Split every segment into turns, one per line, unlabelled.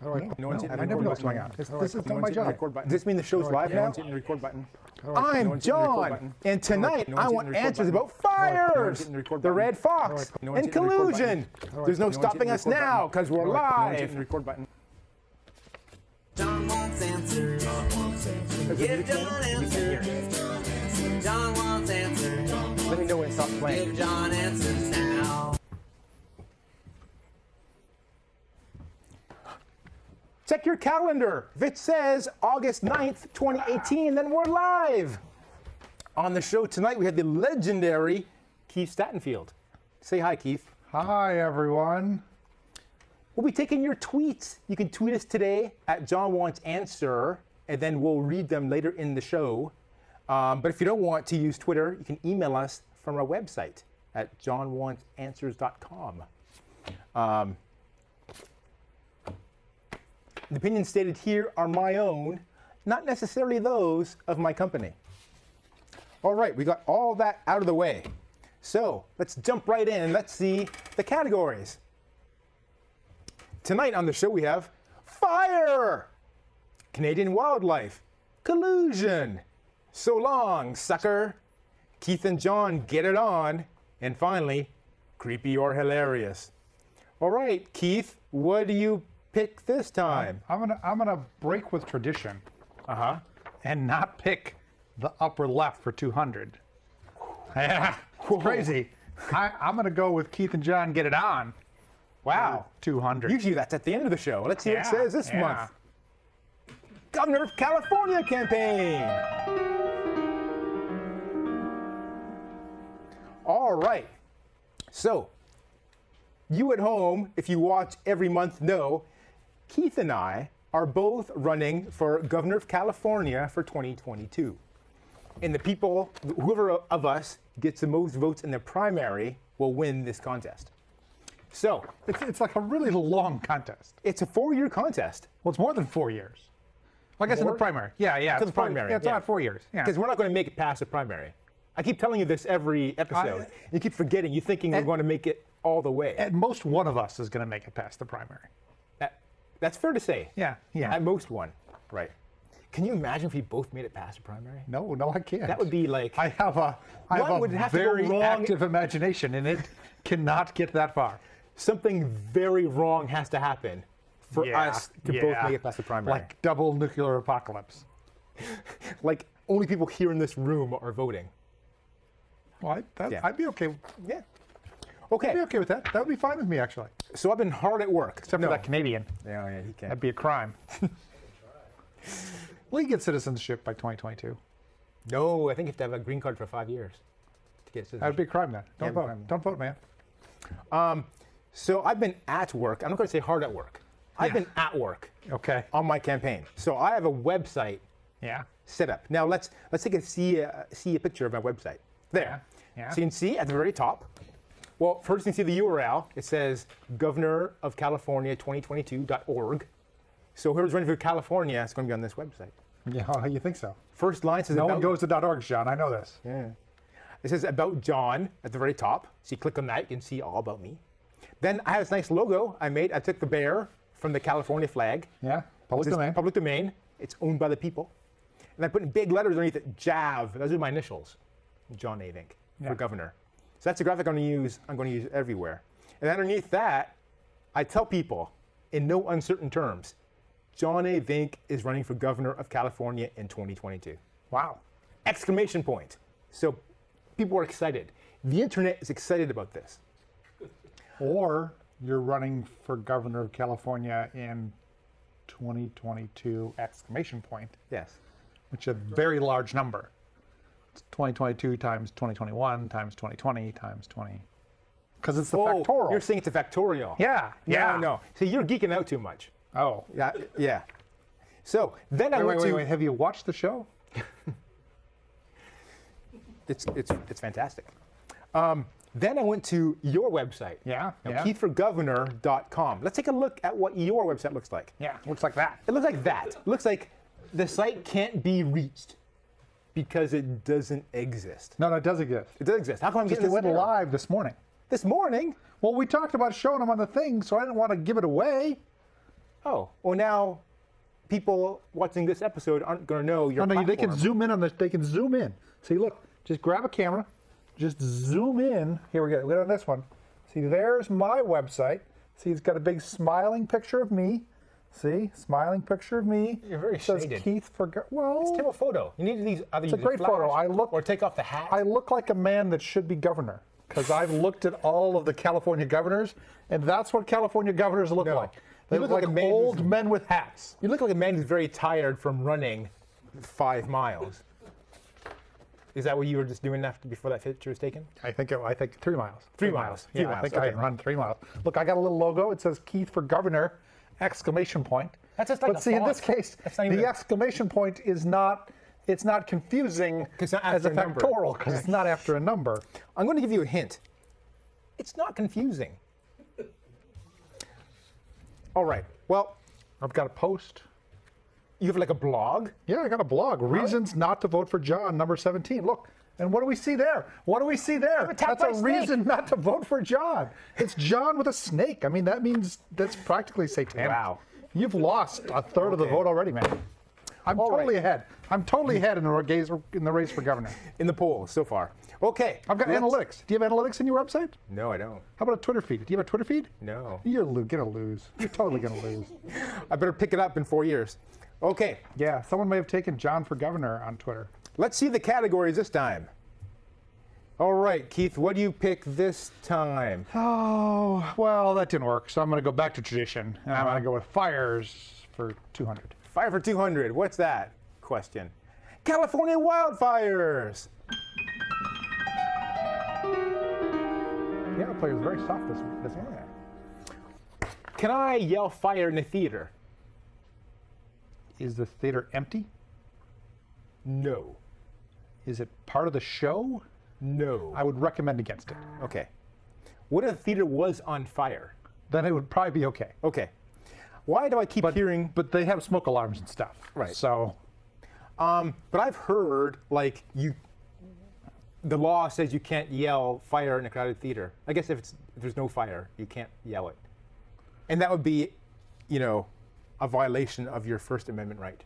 How do I?
No one's
no,
hitting
I
the record
never know what's
button.
going on. This,
No
this
one's
is not my
hitting the
job.
record button.
Does this mean the show's
No
live
No
now?
one's hitting the record button. No
I'm
one's hitting the record
John,
button.
and tonight
No one's
I
hitting
want
the record button.
answers about
No one's
fires,
hitting the record
the
button.
red fox,
No one's
and
hitting the record button.
collusion.
No one's
There's no
hitting the
stopping us
record button.
now because we're
No one's hitting the
live.
record button.
John wants answers. Give John answers. John wants answers.
Let me know when it stops playing.
Give John answers now.
Check your calendar. Vich says August 9th, 2018, then we're live. On the show tonight, we have the legendary Keith Statenfield. Say hi, Keith.
Hi, everyone.
We'll be taking your tweets. You can tweet us today at John Wants Answer, and then we'll read them later in the show. Um, but if you don't want to use Twitter, you can email us from our website at johnwantsanswers.com. Um, the opinions stated here are my own, not necessarily those of my company. All right, we got all that out of the way. So let's jump right in and let's see the categories. Tonight on the show, we have fire, Canadian wildlife, collusion, so long, sucker, Keith and John get it on, and finally, creepy or hilarious. All right, Keith, what do you pick this time?
I'm gonna I'm gonna break with tradition
Uh huh.
and not pick the upper left for 200. Yeah, it's crazy. I, I'm gonna go with Keith and John. Get it on.
Wow.
200.
Usually that's at the end of the show. Let's hear what
Yeah,
it says this
yeah.
month. Governor of California campaign. All right. So, you at home, if you watch every month, know Keith and I are both running for governor of California for 2022. And the people, whoever of us gets the most votes in the primary, will win this contest. So,
It's, it's like a really long contest.
it's a four-year contest
Well, it's more than four years. Well, I guess in
More?
the primary. Yeah, yeah.
To
it's
the
probably-
primary,
Yeah, it's
yeah.
about four years. Yeah.
because we're not going to make it past the primary. I keep telling you this every episode. you keep forgetting. You thinking we're
uh, And-
going to make it all the way.
At most, one of us is gonna make it past the primary.
That- that's fair to say.
Yeah, yeah.
At most one, right? Can you imagine if we both made it past the primary?
No, no, I can't.
That would be like
I have a, I
One
have
would
a
have to go
very
wrong-
active imagination, and it cannot get that far.
something very wrong has to happen for us to both
yeah.
make it past the primary.
Like double nuclear apocalypse.
like only people here in this room are voting.
Well, I, that,
Yeah.
I'd be okay.
Yeah. Okay.
I'd be okay with that. That would be fine with me, actually.
So I've been hard at work.
Except
No.
for that Canadian.
Yeah, yeah, he can.
That'd be a crime. Will you get citizenship by 2022?
no, I think you have to have a green card for five years to get citizenship.
That would be a crime then. Don't
Yeah,
vote.
crime.
Don't vote, man.
So I've been at work. I'm not going to say hard at work. I've
Yeah.
been at work
Okay.
on my campaign. So I have a website
Yeah.
set up. Now let's let's take a see a, see a picture of my website. There.
Yeah, yeah.
So you can see at the very top. Well, first you can see the URL. It says governor of California 2022.org. So whoever's running for California is going to be on this website.
Yeah. You think so?
First line says
No
about,
one goes to .org, John. I know this.
It says about John at the very top. So you click on that, you can see all about me. Then I have this nice logo I made. I took the bear from the California flag.
Yeah. Public
It's
domain.
public domain. It's owned by the people. And I put in big letters underneath it, JAV. Those are my initials. John A. Vink for
Yeah.
governor. So that's the graphic I'm going to use. I'm going to use everywhere. And underneath that, I tell people in no uncertain terms, John A. Vink is running for governor of California in 2022.
wow.
Exclamation point. So people are excited. The internet is excited about this.
Or you're running for governor of California in 2022 exclamation point,
Yes.
which is a very large number. It's 2022 times 2021 times 2020 times 20. Because it's the factorial.
Oh, you're saying it's a factorial.
yeah.
No,
yeah.
no. See, you're geeking out too much.
Oh.
Yeah, yeah. So then I
Wait,
went
wait, wait,
to
wait. Have you watched the show?
it's it's it's fantastic. Um, then I went to your website.
Yeah,
Now,
yeah.
KeithForGovernor.com. Let's take a look at what your website looks like.
Yeah. Looks like that.
It looks like that. It looks like the site can't be reached because it doesn't exist.
No, no, it does exist.
It does exist. How come I'm
It
getting
went
this error?
live this morning.
this morning?
Well, we talked about showing them on the thing, so I didn't want to give it away.
oh, well now people watching this episode aren't going to know your
Oh, No, no, they can
platform.
zoom in on this. They can zoom in. See, look, just grab a camera, just zoom in. Here we go. Look at this one. See, there's my website. See, it's got a big smiling picture of me. See, smiling picture of me.
You're very
It says
shaded.
Keith forgot. Well,
Take a photo. You need these other. It's
a great photo. I look-
or take off the hat.
I look like a man that should be governor because I've looked at all of the California governors, and that's what California governors look
No.
like. They
You
look,
look like
like,
a man who's-
old men with hats.
you look like a man who's very tired from running five miles. Is that what you were just doing after before that picture was taken?
I think it, I think three miles.
Three miles.
Yeah,
Three
I
miles,
think I
okay.
can run three miles. Look, I got a little logo. It says Keith for governor! Exclamation point.
That's just like
But
a
see, in this
font.
case,
That's
the
not even-
exclamation point is not. It's not confusing
'Cause it's not
as
after
a
a number.
factorial because it's not after a number.
I'm going to give you a hint. It's not confusing. All right. Well,
I've got a post.
you have like a blog.
Yeah, I got a blog. Reasons not to vote for John, number 17. Look, and what do we see there? What do we see there?
attacked
That's
by
a
a snake.
reason not to vote for John. It's John with a snake. I mean, that means that's practically satanic.
Wow.
You've lost a third of the vote already, man. I'm
All right.
totally ahead. I'm totally ahead in the, race, in the race for governor.
in the polls so far. Okay.
I've got
let's-
analytics. Do you have analytics in your website?
No, I don't.
How about a Twitter feed? Do you have a Twitter feed?
No.
You're lo- gonna lose. You're totally gonna lose.
I better pick it up in four years. Okay.
Yeah, someone may have taken John for governor on Twitter.
Let's see the categories this time. All right, Keith, what do you pick this time?
Oh, well, that didn't work. So I'm going to go back to tradition and I'm going to go with fires for 200.
Fire for 200. What's that? Question. California wildfires.
Piano player is very soft this, this morning.
Can I yell fire in the theater?
Is the theater empty?
No.
Is it part of the show?
No.
I would recommend against it.
Okay. What if the theater was on fire?
Then it would probably be okay.
Okay. Why do I keep hearing
But they have smoke alarms and stuff.
Right.
So,
Um, but I've heard like you, the law says you can't yell fire in a crowded theater. I guess if, it's, if there's no fire, you can't yell it, and that would be, you know, a violation of your First Amendment right.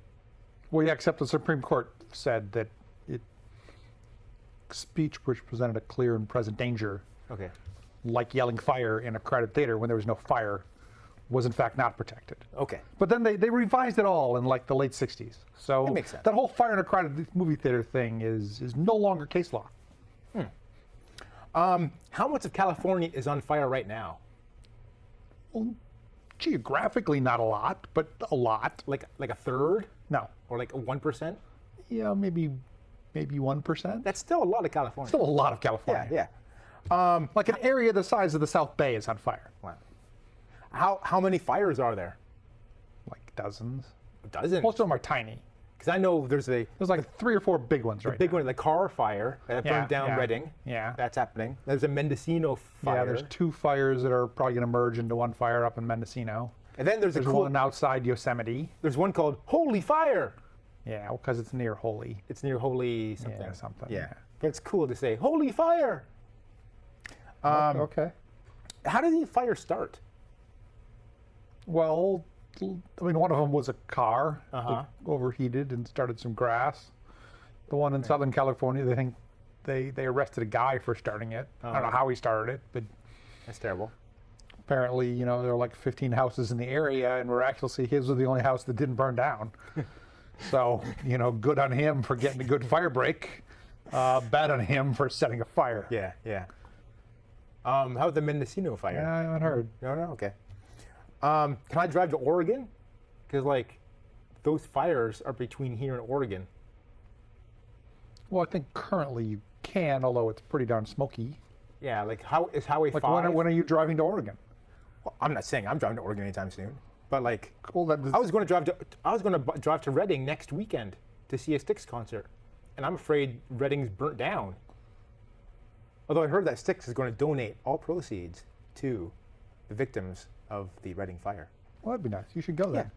well, yeah, except the Supreme Court said that it, speech which presented a clear and present danger,
Okay.
like yelling fire in a crowded theater when there was no fire, was in fact not protected.
Okay.
But then they, they revised it all in like the late 60s. So
That makes sense.
that whole fire in a crowded movie theater thing is is no longer case law.
How much of California is on fire right now?
Well, geographically, not a lot, but a lot.
Like like a third,
No.
or like one percent?
Yeah, maybe maybe 1%. That's
That's still a lot of California.
still a lot of
yeah,
California.
yeah.
Like an area the size of the South Bay is on fire.
Wow. How how many fires are there?
Like dozens.
A dozen.
Most of them are tiny.
Because I know there's a
There's like three or four big ones right
big
now.
one, the car fire that
Yeah,
burned down
yeah,
Reading.
yeah.
that's happening. There's a Mendocino fire.
Yeah, there's two fires that are probably going to merge into one fire up in Mendocino.
and then there's,
There's
a cool,
one outside Yosemite.
There's one called Holy Fire.
Yeah, because it's near Holy.
It's near Holy something.
Yeah, something.
Yeah, but it's cool to say Holy Fire. Um,
okay.
How did the fire start?
Well, l- I mean, one of them was a car that
Uh-huh.
overheated and started some grass. The one in Southern California, they think they they arrested a guy for starting it. I
Uh-huh.
don't know how he started it, but
That's terrible.
apparently, you know, there were like 15 houses in the area, and miraculously, his was the only house that didn't burn down. so, you know, good on him for getting a good fire break. Uh, bad on him for setting a fire.
Yeah, yeah. Um, how about the Mendocino fire?
I haven't heard.
No, no, okay. Um, can I drive to Oregon? Because like, those fires are between here and Oregon.
Well, I think currently you can, although it's pretty darn smoky.
Yeah, like how is Highway
Like, when,
Five?
are- when are you driving to Oregon?
I'm not saying I'm driving to Oregon anytime soon, but like
Well, that,
I was going to drive to I was going to bu- drive to Reading next weekend to see a Styx concert, and I'm afraid Reading's burnt down. Although I heard that Styx is going to donate all proceeds to the victims of the Reading fire.
Well, that'd be nice. You should go then.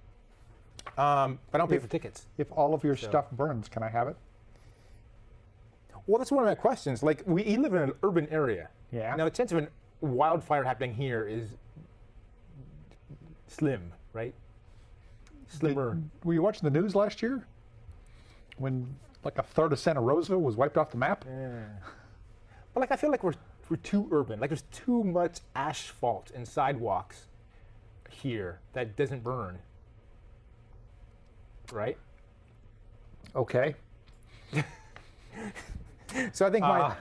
Um, but I don't pay for tickets.
If all of your stuff burns, can I have it?
Well, that's one of my questions. Like we you live in an urban area.
Yeah.
Now the chance of a wildfire happening here is slim, right? slimmer.
Were you watching the news last year? When like a third of Santa Rosa was wiped off the map?
But like I feel like we're we're too urban. Like there's too much asphalt and sidewalks here that doesn't burn. Right?
Okay.
So I think my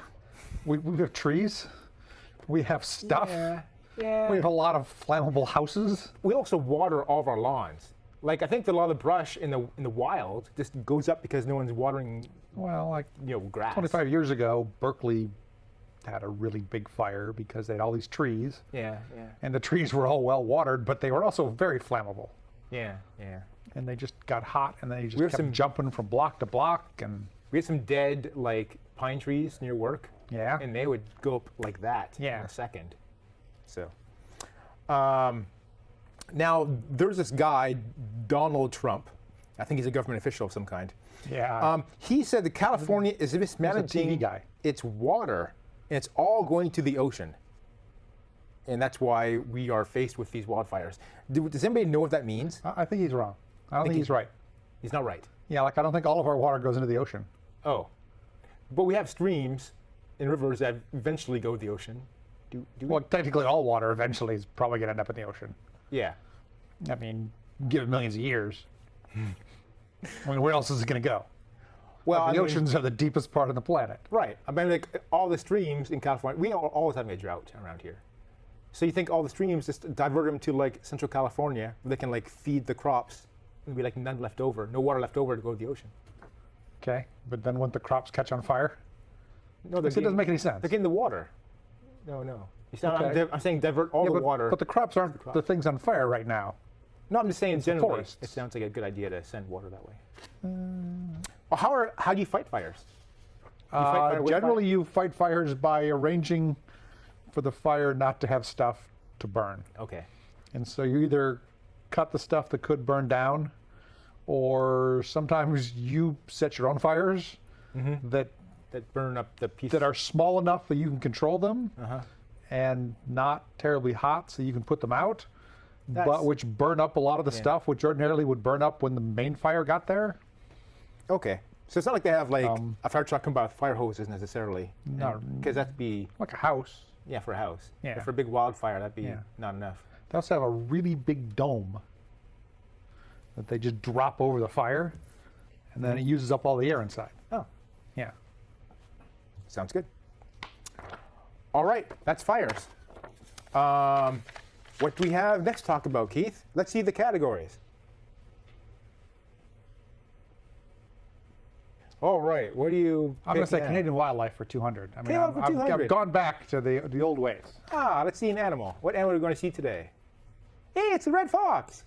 We, we have trees. We have stuff.
yeah, yeah.
We have a lot of flammable houses.
we also water all of our lawns. Like I think that a lot of the brush in the in the wild just goes up because no one's watering,
Well, like
you know, grass.
25 years ago, Berkeley had a really big fire because they had all these trees,
Yeah, yeah,
and the trees were all well watered, but they were also very flammable.
yeah, yeah.
And they just got hot, and they just
We have
kept
some-
jumping from block to block, and
We had some dead like pine trees near work.
Yeah.
And they would go up like that in
Yeah.
a second. So um, now there's this guy, Donald Trump. I think he's a government official of some kind.
yeah,
Um, he said that California is mismanaging
guy.
its water and it's all going to the ocean. And that's why we are faced with these wildfires. Do, does anybody know what that means?
I I think he's wrong. I don't think,
he-
he's right.
He's not right.
Yeah, like I don't think all of our water goes into the ocean.
Oh, but we have streams and rivers that eventually go to the ocean. Do, do we?
Well, technically, all water eventually is probably going to end up in the oceon.
Yeah.
I mean, give it millions of years. I mean, where else is it going to go?
Well,
The
I mean,
oceans are the deepest part of the planet.
Right. I mean, like all the streams in California, we are always having a drought around here. So you think all the streams just divert them to like Central California, where they can like feed the crops and be like none left over, no water left over to go to the ocean.
Okay, but then wouldn't the crops catch on fire?
No, they're
It doesn't make any sense.
They're getting the water. No, no. You said- I'm,
Okay.
di- I'm saying divert all
Yeah,
the
but,
water.
But the crops aren't
crop.
the things on fire right now.
No, I'm just saying generally,
forests.
it sounds like a good idea to send water that way. Well, how are how do you fight fires?
Uh,
fight fire with
generally, you fight fires by arranging for the fire not to have stuff to burn.
Okay.
And so you either cut the stuff that could burn down, or sometimes you set your own fires that
That burn up the piece.
that are small enough that you can control them and not terribly hot so you can put them out,
That's-
but which burn up a lot of the stuff which ordinarily would burn up when the main fire got there.
okay. So it's not like they have like
Um,
a fire truck come by with fire hoses necessarily. No, because that'd be
Like a house.
yeah for a house. But
Yeah.
For a big wildfire, that'd be
Yeah.
not enough.
They also have a really big dome that they just drop over the fire and then it uses up all the air inside.
Oh,
Yeah.
sounds good. All right, that's fires. Um, what do we have next? to Talk about Keith. Let's see the categories. All right, what do you?
I'm going
pick
to say
now?
Canadian wildlife for 200. I mean,
Canadian
I'm-
for
I've, I've
200.
gone back to the, the old ways.
Ah, let's see an animal. What animal are we going to see today? Hey, it's a red fox.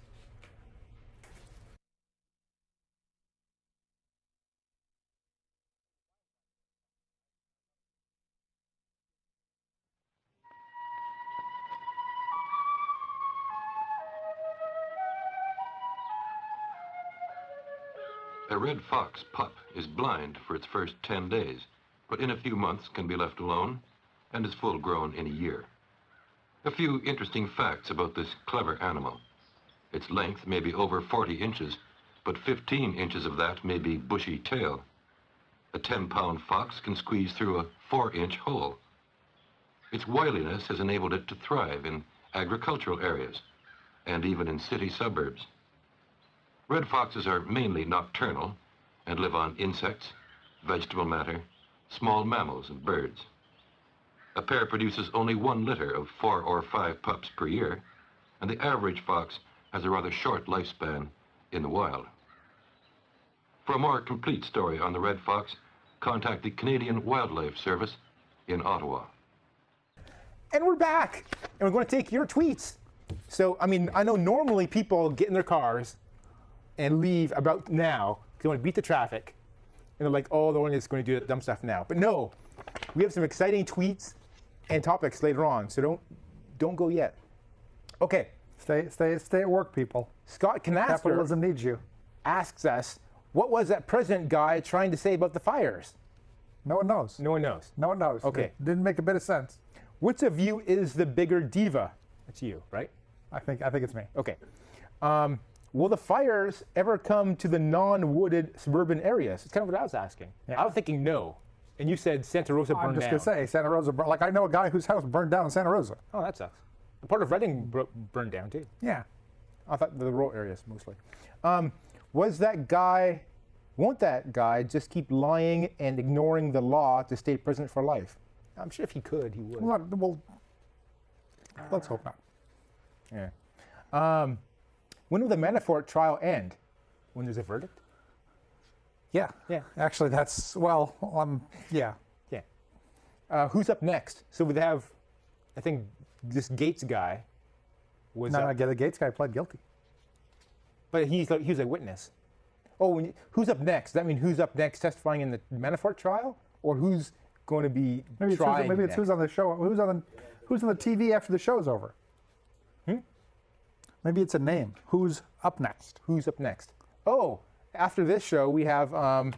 A red fox pup is blind for its first 10 days, but in a few months can be left alone and is full grown in a year. A few interesting facts about this clever animal. Its length may be over 40 inches, but 15 inches of that may be bushy tail. A 10 pound fox can squeeze through a 4 inch hole. Its wiliness has enabled it to thrive in agricultural areas and even in city suburbs. Red foxes are mainly nocturnal and live on insects, vegetable matter, small mammals, and birds. A pair produces only one litter of four or five pups per year, and the average fox has a rather short lifespan in the wild. For a more complete story on the red fox, contact the Canadian Wildlife Service in Ottawa.
And we're back. And we're going to take your tweets. So, I mean, I know normally people get in their cars and leave about now because they want to beat the traffic. And they're like, oh, the one is going to do that dumb stuff now. But no, we have some exciting tweets and topics later on. So don't don't go yet. Okay,
Stay, stay, stay at work, people.
Scott Canaster
Capitalism needs you.
asks us, what was that president guy trying to say about the fires?
No one knows.
No one knows.
No one knows.
Okay.
It didn't make a bit of sense.
Which of you is the bigger diva? That's you, right?
I think I think it's me.
Okay. Um, Will the fires ever come to the non-wooded suburban areas? It's kind of what I was asking. I was thinking no, and you said Santa Rosa
I'm
burned
just
down.
gonna say Santa Rosa. bur- Like I know a guy whose house burned down in Santa Rosa.
Oh, that sucks. A part of Reading bro- burned down too.
Yeah.
I thought the rural areas mostly. Um, was that guy? Won't that guy just keep lying and ignoring the law to stay president for life? I'm sure if he could, he would.
Well, not- well, let's hope not.
Yeah. Um, when will the Manafort trial end? When there's a verdict?
Yeah.
Yeah.
Actually, that's well. Um. Yeah.
Yeah. Uh, who's up next? So we have, I think this Gates guy was
No,
up,
no, the Gates guy pled guilty.
but he's like, he was a witness. Oh, when you- who's up next? Does that mean who's up next testifying in the Manafort trial, or who's going to be
Maybe it's, who's,
tried?
maybe it's
next?
who's on the show. Who's on the Who's on the TV after the show's over? Hmm. Maybe it's a name. Who's up next?
who's up next? Oh, after this show, we have um,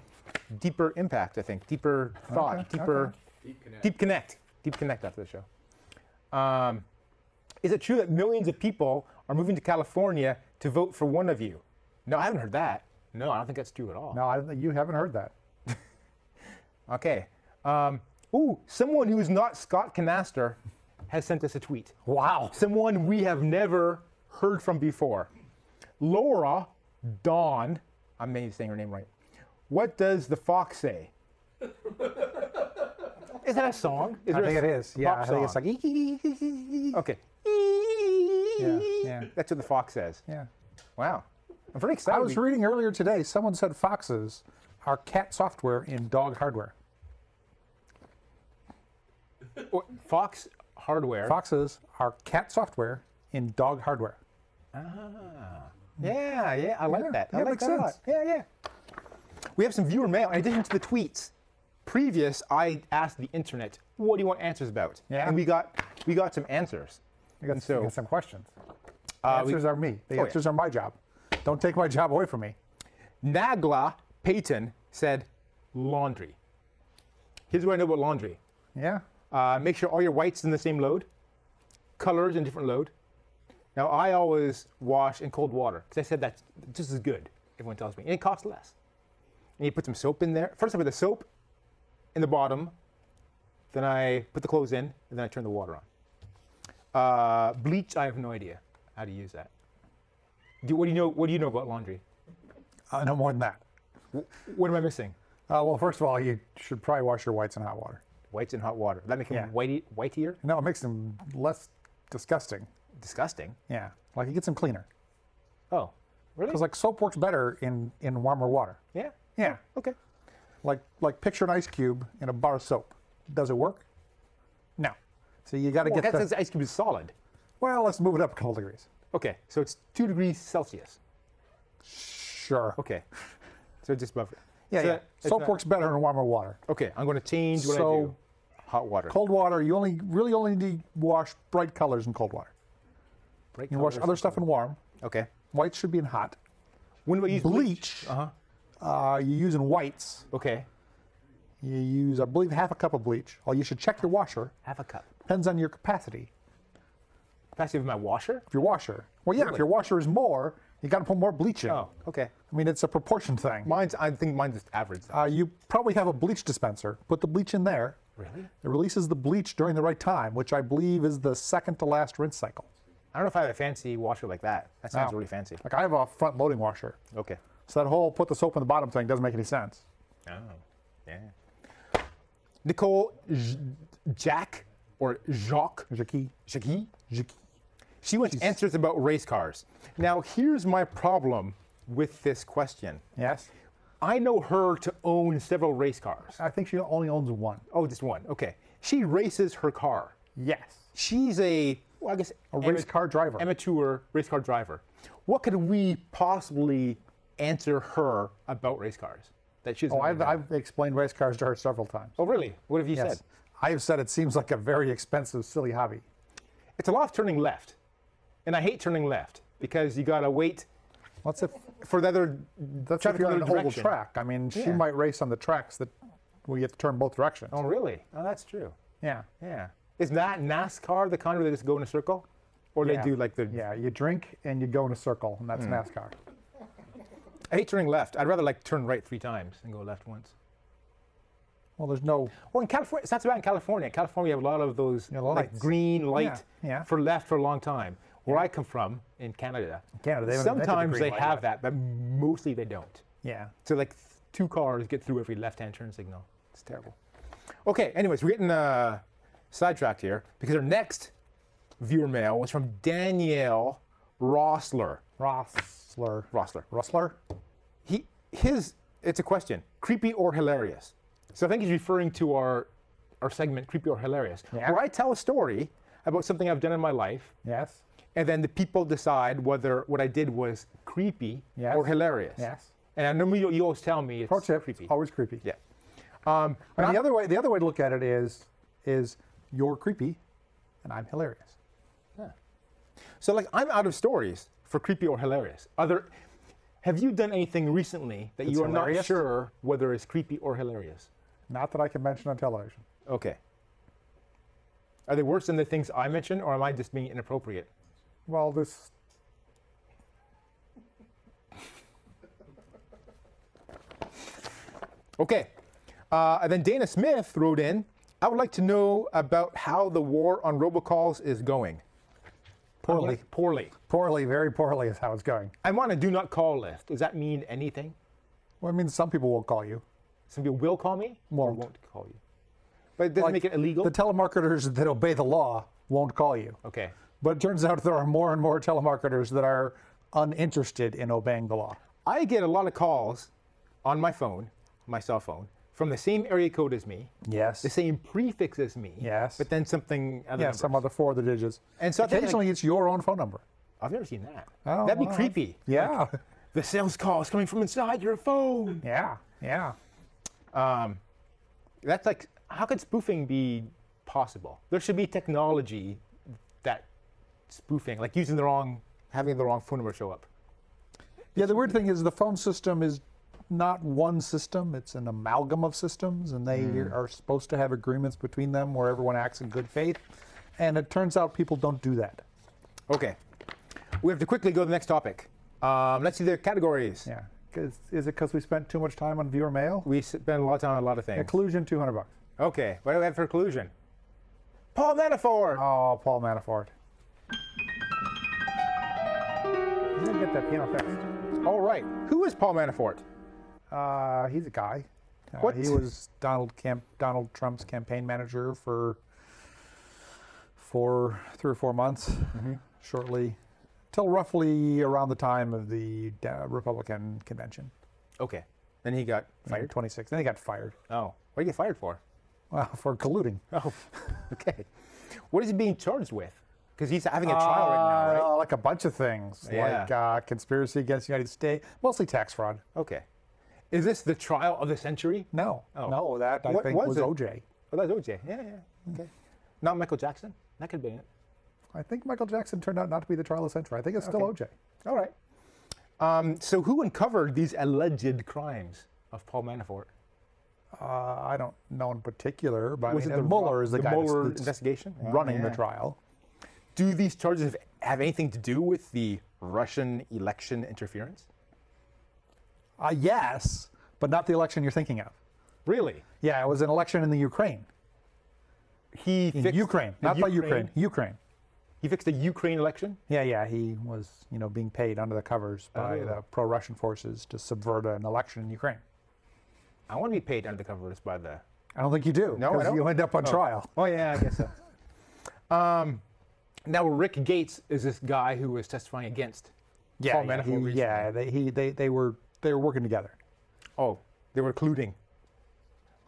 Deeper Impact, I think. Deeper Thought.
Okay,
deeper.
okay.
Deep Connect. Deep Connect. after the show. Um, is it true that millions of people are moving to California to vote for one of you? No, I haven't heard that. No, I don't think that's true at all.
No, I, you haven't heard that.
Okay. Um, ooh, someone who is not Scott Canaster has sent us a tweet.
Wow.
Someone we have never heard from before. Laura Dawn, I'm maybe saying her name right. What does the fox say? is that a song? Is
I
there a
think it
s-
is. Yeah, I
pop
think it's
song?
like. "Eek, eek, eek, eek, eek, eek."
Okay.
yeah,
That's what the fox says.
yeah.
Wow. I'm very excited.
I was
we-
reading earlier today. Someone said foxes are cat software in dog hardware.
fox hardware.
Foxes are cat software in dog hardware.
Yeah, yeah, I like
Yeah,
that. I
yeah,
like
makes
that a lot.
sense.
Yeah, yeah. We have some viewer mail in addition to the tweets. Previous, I asked the internet, "What do you want answers about?"
Yeah.
and we got we got some answers.
I got,
And so- Uh,
I got some questions.
we- Oh,
answers are me. The
yeah.
answers are my job. Don't take my job away from me.
Nagla Payton said, "Laundry." Here's what I know about laundry:
Yeah.
uh, make sure all your whites in the same load, colors in different load. Now I always wash in cold water because I said that's just as good. Everyone tells me, and it costs less. And you put some soap in there. First I put the soap in the bottom, then I put the clothes in, and then I turn the water on. Uh, bleach, I have no idea how to use that. Do, what do you know? What do you know about laundry?
Uh, no more than that.
What am I missing?
Uh, well, first of all, you should probably wash your whites in hot water.
Whites in hot water. That make them
Yeah.
whitey, whitier.
No, it makes them less disgusting.
Disgusting.
Yeah. Like it gets them cleaner.
Oh, really?
Because like soap works better in, in warmer water.
yeah.
Yeah.
Oh, Okay.
Like like picture an ice cube in a bar of soap. Does it work? No. So you got to
Well,
get
that's,
the,
that's ice cube is solid.
well. Let's move it up a couple degrees.
Okay, so it's two degrees Celsius.
Sure.
Okay, so just above. it.
Yeah.
So
yeah.
that- it's
Soap
not-
works better in warmer water.
Okay, I'm going to change what I do.
So-
Hot water.
Cold water, you only really only need to wash bright colors in cold water.
Bright
You wash
colours.
other stuff in warm.
Okay.
Whites should be in hot.
When do I use
Bleach. Uh-huh. Uh, you use in whites.
Okay.
You use, I believe, half a cup of bleach. Well, you should check your washer.
Half a cup.
Depends on your capacity.
Capacity of my washer.
If your washer, well, yeah,
Really?
if your washer is more, you got to put more bleach in.
Oh, okay.
I mean, it's a proportion thing.
Mine's. I think mine's just average. though.
Uh, you probably have a bleach dispenser. Put the bleach in there.
Really?
It releases the bleach during the right time, which I believe is the second to last rinse cycle.
I don't know if I have a fancy washer like that. That sounds
Wow.
really fancy.
Like I have a front loading washer.
Okay.
So that whole put the soap in the bottom thing doesn't make any sense.
Oh, yeah. Nicole J- Jack or Jacques
Jackie.
Jacques
Jackie.
She wants answers about race cars. Now, here's my problem with this question.
Yes.
I know her to own several race cars.
I think she only owns one.
Oh, just one. Okay. She races her car.
Yes.
She's a, well, I guess, a
race car driver.
Amateur race car driver. What could we possibly answer her about race cars? That she's.
Oh, I've, I've explained race cars to her several times.
oh, really? What have you
yes.
said?
I have said it seems like a very expensive, silly hobby.
It's a lot of turning left, and I hate turning left because you gotta wait
What's if
for the other.
that's
Traffic
if you're on
in
an
the
oval
direction.
track? I mean, she
Yeah.
might race on the tracks that where you have to turn both directions.
Oh, really? Oh, that's true.
Yeah.
Yeah. Is that NASCAR the kind where they just go in a circle? Or they do like the
Yeah, you drink and you go in a circle, and that's
Hmm.
NASCAR.
I hate turning left. I'd rather like turn right three times than go left once.
Well, there's no.
Or in California, it's not so bad in California. In California, we have a lot of those
Yeah,
like
lights.
green light
yeah.
for left for a long time. Where I come from in Canada,
Canada, they haven't invented the
sometimes
green
they
light
have that,
yet.
but mostly they don't.
Yeah.
So like th- two cars get through every left-hand turn signal. It's terrible. Okay. Anyways, we're getting uh, sidetracked here because our next viewer mail was from Danielle Rossler.
Rossler.
Rossler.
Rossler?
He his. It's a question: creepy or hilarious? So I think he's referring to our our segment, creepy or hilarious,
Yeah.
where I tell a story about something I've done in my life,
Yes.
and then the people decide whether what I did was creepy
Yes.
or hilarious.
Yes.
And I normally you, you always tell me it's
Pro tip.
creepy.
Always creepy.
Yeah. Um,
And the other way, the other way to look at it is, is you're creepy, and I'm hilarious.
So like I'm out of stories for creepy or hilarious. Other have you done anything recently that you are not
hilarious?
sure whether it's creepy or hilarious?
Not that I can mention on television.
Okay. Are they worse than the things I mentioned or am I just being inappropriate?
Well, this.
Okay. Uh, and then Dana Smith wrote in, I would like to know about how the war on robocalls is going.
Poorly.
Poorly.
Poorly, very poorly is how it's going.
I'm on a do not call list. Does that mean anything?
Well, I mean, some people will call you.
Some people will call me or
Won't.
won't call you. But it doesn't make it illegal?
The telemarketers that obey the law won't call you.
okay.
But it turns out there are more and more telemarketers that are uninterested in obeying the law.
I get a lot of calls on my phone, my cell phone, from the same area code as me,
Yes.
the same prefix as me.
Yes.
But then something other.
yeah,
number.
some other four other digits.
And so I think, like-
occasionally it's your own phone number.
I've never seen that.
Oh,
That'd be
wow.
creepy.
Yeah.
The sales call is coming from inside your phone.
yeah. Yeah.
That's like, how could spoofing be possible? There should be technology that spoofing, like using the wrong, having the wrong phone number show up.
Yeah, the weird thing is the phone system is not one system, it's an amalgam of systems, and they are supposed to have agreements between them where everyone acts in good faith. And it turns out people don't do that.
Okay. We have to quickly go to the next topic. Um, let's see the categories.
Yeah. Is, is it because we spent too much time on viewer mail?
We spend a lot of time on a lot of things.
Inclusion, 200 bucks.
Okay, what do we have for collusion? Paul Manafort.
Oh, Paul Manafort. You didn't get that piano fixed.
All right, who is Paul Manafort?
Uh, he's a guy. Uh,
What?
He was Donald Camp, Donald Trump's campaign manager for for three or four months,
Mm-hmm.
shortly, till roughly around the time of the uh, Republican convention,
Mm-hmm. Okay, then he got fired.
26. Then he got fired.
Oh, what did he get fired for?
Well, for colluding.
Oh, okay. What is he being charged with? Because he's having a trial right now, right?
Uh, like a bunch of things, like
Yeah.
uh, conspiracy against the United States, mostly tax fraud.
Okay. Is this the trial of the century?
No,
Oh.
no, that I
What
think
was
was
it?
OJ.
Oh, that's OJ. Yeah, yeah. Okay. Not Michael Jackson. That could be it.
I think Michael Jackson turned out not to be the trial of the century. I think it's still OJ.
All right. Um, so who uncovered these alleged crimes of Paul Manafort?
Uh, I don't know in particular, but
Was
I
it
mean,
the
Mueller
Ro-
is the,
the
guy that's-
Mueller
that's
investigation? Yeah,
running
yeah.
the trial.
Do these charges have, have anything to do with the Russian election interference?
Uh, yes, but not the election you're thinking of.
Really?
Yeah, it was an election in the Ukraine.
He
In
fixed
Ukraine,
the
not by Ukraine. Ukraine.
He fixed the Ukraine election.
Yeah, yeah, he was, you know, being paid under the covers by
Oh.
the pro-Russian forces to subvert an election in Ukraine.
I want to be paid under the covers by the.
I don't think you do.
No, I
'cause
don't.
you end up on trial.
Oh yeah, I guess so. um, now Rick Gates is this guy who was testifying against.
Yeah,
Paul
yeah,
Manafort
he-
recently.
yeah, they, he, they, they were, they were working together.
Oh, they were colluding.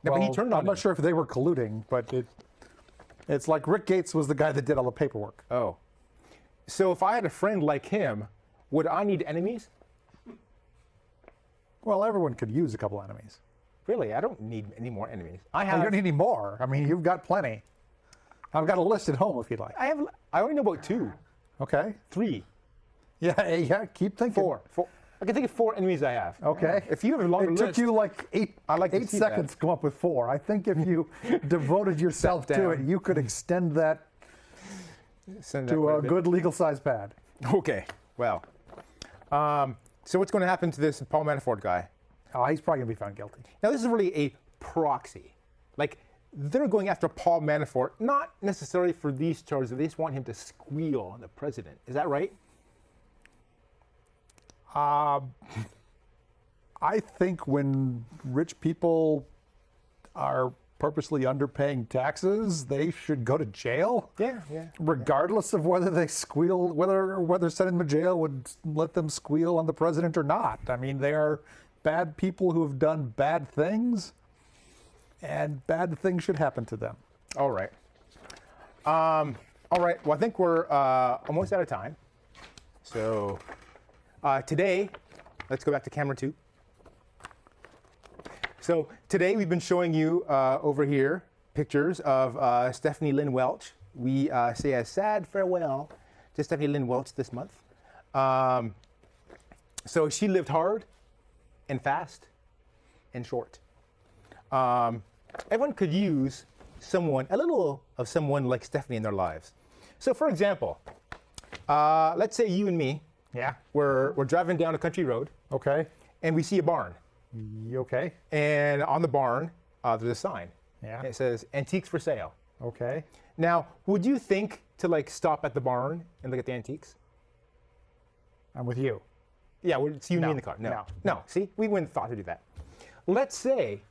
No, but he
Well,
turned on.
I'm not
him.
sure if they were colluding, but it, it's like Rick Gates was the guy that did all the paperwork.
Oh, so if I had a friend like him, would I need enemies?
Well, everyone could use a couple enemies. Oh,
Really, I don't need any more enemies. I
You
have.
don't need any more. I mean, you've got plenty. I've got a list at home if you'd like.
I have. I only know about two,
Okay.
three,
Yeah, yeah. Keep thinking.
four, four. I can think of four enemies I have.
Okay.
If you have a longer
It
list,
took you like eight. I
like to
eight
see that.
seconds to come up with four. I think if you devoted yourself to it,
down.
you could extend that
Send that
to
quite
a
bit.
good legal size pad.
Okay. Well. Um, so what's going to happen to this Paul Manafort guy?
Oh, he's probably gonna be found guilty.
Now this is really a proxy. Like they're going after Paul Manafort, not necessarily for these charges. They just want him to squeal on the president. Is that right?
I think when rich people are purposely underpaying taxes, they should go to jail.
Yeah, yeah.
Regardless of whether they squeal, whether whether sending them to jail would let them squeal on the president or not. I mean, they are bad people who have done bad things, and bad things should happen to them.
All right. Um, all right. Well, I think we're uh, almost out of time. So uh, today, let's go back to camera two. So today we've been showing you uh, over here pictures of uh, Stephanie Lynn Welch. We uh, say a sad farewell to Stephanie Lynn Welch this month. Um, so she lived hard and fast and short um, everyone could use someone, a little of someone like Stephanie in their lives. So, for example, uh, let's say you and me,
Yeah.
we're, we're driving down a country road
Okay.
and we see a barn.
You okay?
And on the barn, uh, there's a sign.
Yeah.
And It says antiques for sale.
Okay.
Now, would you think to like stop at the barn and look at the antiques?
I'm with you.
Yeah, well, it's you and me in the car. No, no.
no,
See, we wouldn't thought to do that. Let's say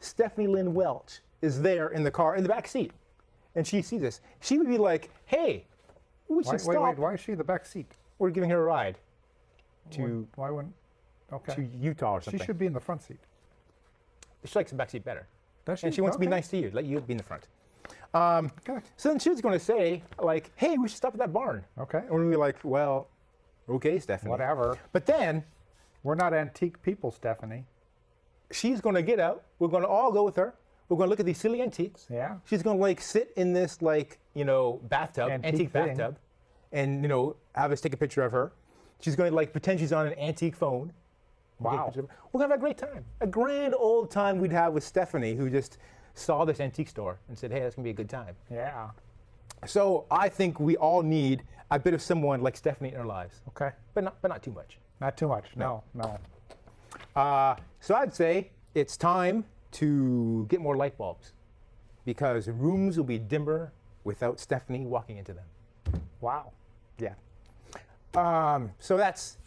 Stephanie Lynn Welch is there in the car in the back seat, and she sees us. She would be like, "Hey, we should
Why,
stop.
wait, wait. Why is she in the back seat?
We're giving her a ride to
Why wouldn't? Okay.
to Utah or
she
something."
should be in the front seat.
She likes the back seat better,
Does
and she wants to be
Okay.
nice to you. Let you be in the front. Um,
Okay.
So then she was going to say, like, "Hey, we should stop at that barn."
Okay.
And we're like, "Well, okay, Stephanie,
Whatever.
But then
We're not antique people, Stephanie.
she's going to get out. We're going to all go with her. We're going to look at these silly antiques.
Yeah.
She's going to like sit in this like, you know, bathtub,
Antique
antique,
thing.
bathtub, and, you know, have us take a picture of her. She's going to like pretend she's on an antique phone. We'll take a
Wow.
picture of her. We're going to have a great time. A grand old time we'd have with Stephanie, who just saw this antique store and said, hey, that's going to be a good time.
Yeah.
So I think we all need a bit of someone like Stephanie in our lives,
Okay.
but not, but not too much.
Not too much. No. No.
Uh, so I'd say it's time to get more light bulbs because rooms will be dimmer without Stephanie walking into them.
Wow.
Yeah. Um, so that's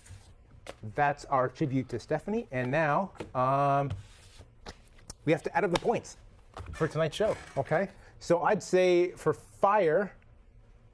that's our tribute to Stephanie, and now um, we have to add up the points for tonight's show.
Okay.
So I'd say for fire,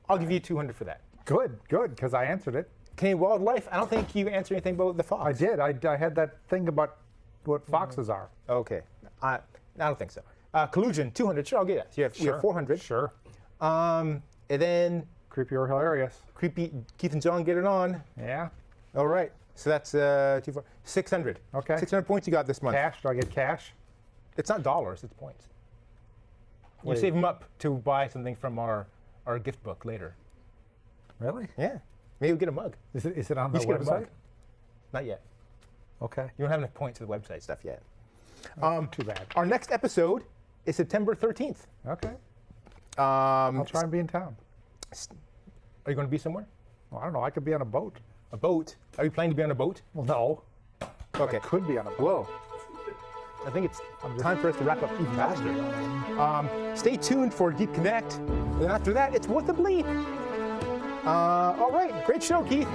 I'll give you 200 for that.
Good. Good. Because I answered it.
Canadian wildlife, I don't think you answered anything about the fox.
I did. I, I had that thing about what foxes are.
Okay. I, I don't think so. Uh, collusion, 200. Sure, I'll get that. So you have, we have 400.
Sure.
Um, and then
Creepy or hilarious.
creepy Keith and John get it on.
Yeah.
All right. So that's uh, two, four, 600.
Okay.
600 points you got this month.
Cash. Do I get cash?
It's not dollars, it's points. You
Wait.
save them up to buy something from our, our gift book later.
Really?
Yeah. Maybe we get a mug.
Is it, is it on
You
the
should get a
website?
mug. Not yet.
Okay. Um,
You don't have enough points to the website stuff yet.
Too bad.
Our next episode is September 13th.
Okay.
Um,
I'll try and be in town.
Are you going to be somewhere?
Well, I don't know. I could be on a boat.
A boat? Are you planning to be on a boat?
Well, no.
Okay.
Could be on a boat.
Whoa. I think it's time for us to wrap up even faster. Um, stay tuned for Deep Connect. And after that, it's worth a bleep. Uh, all right. Great show, Keith.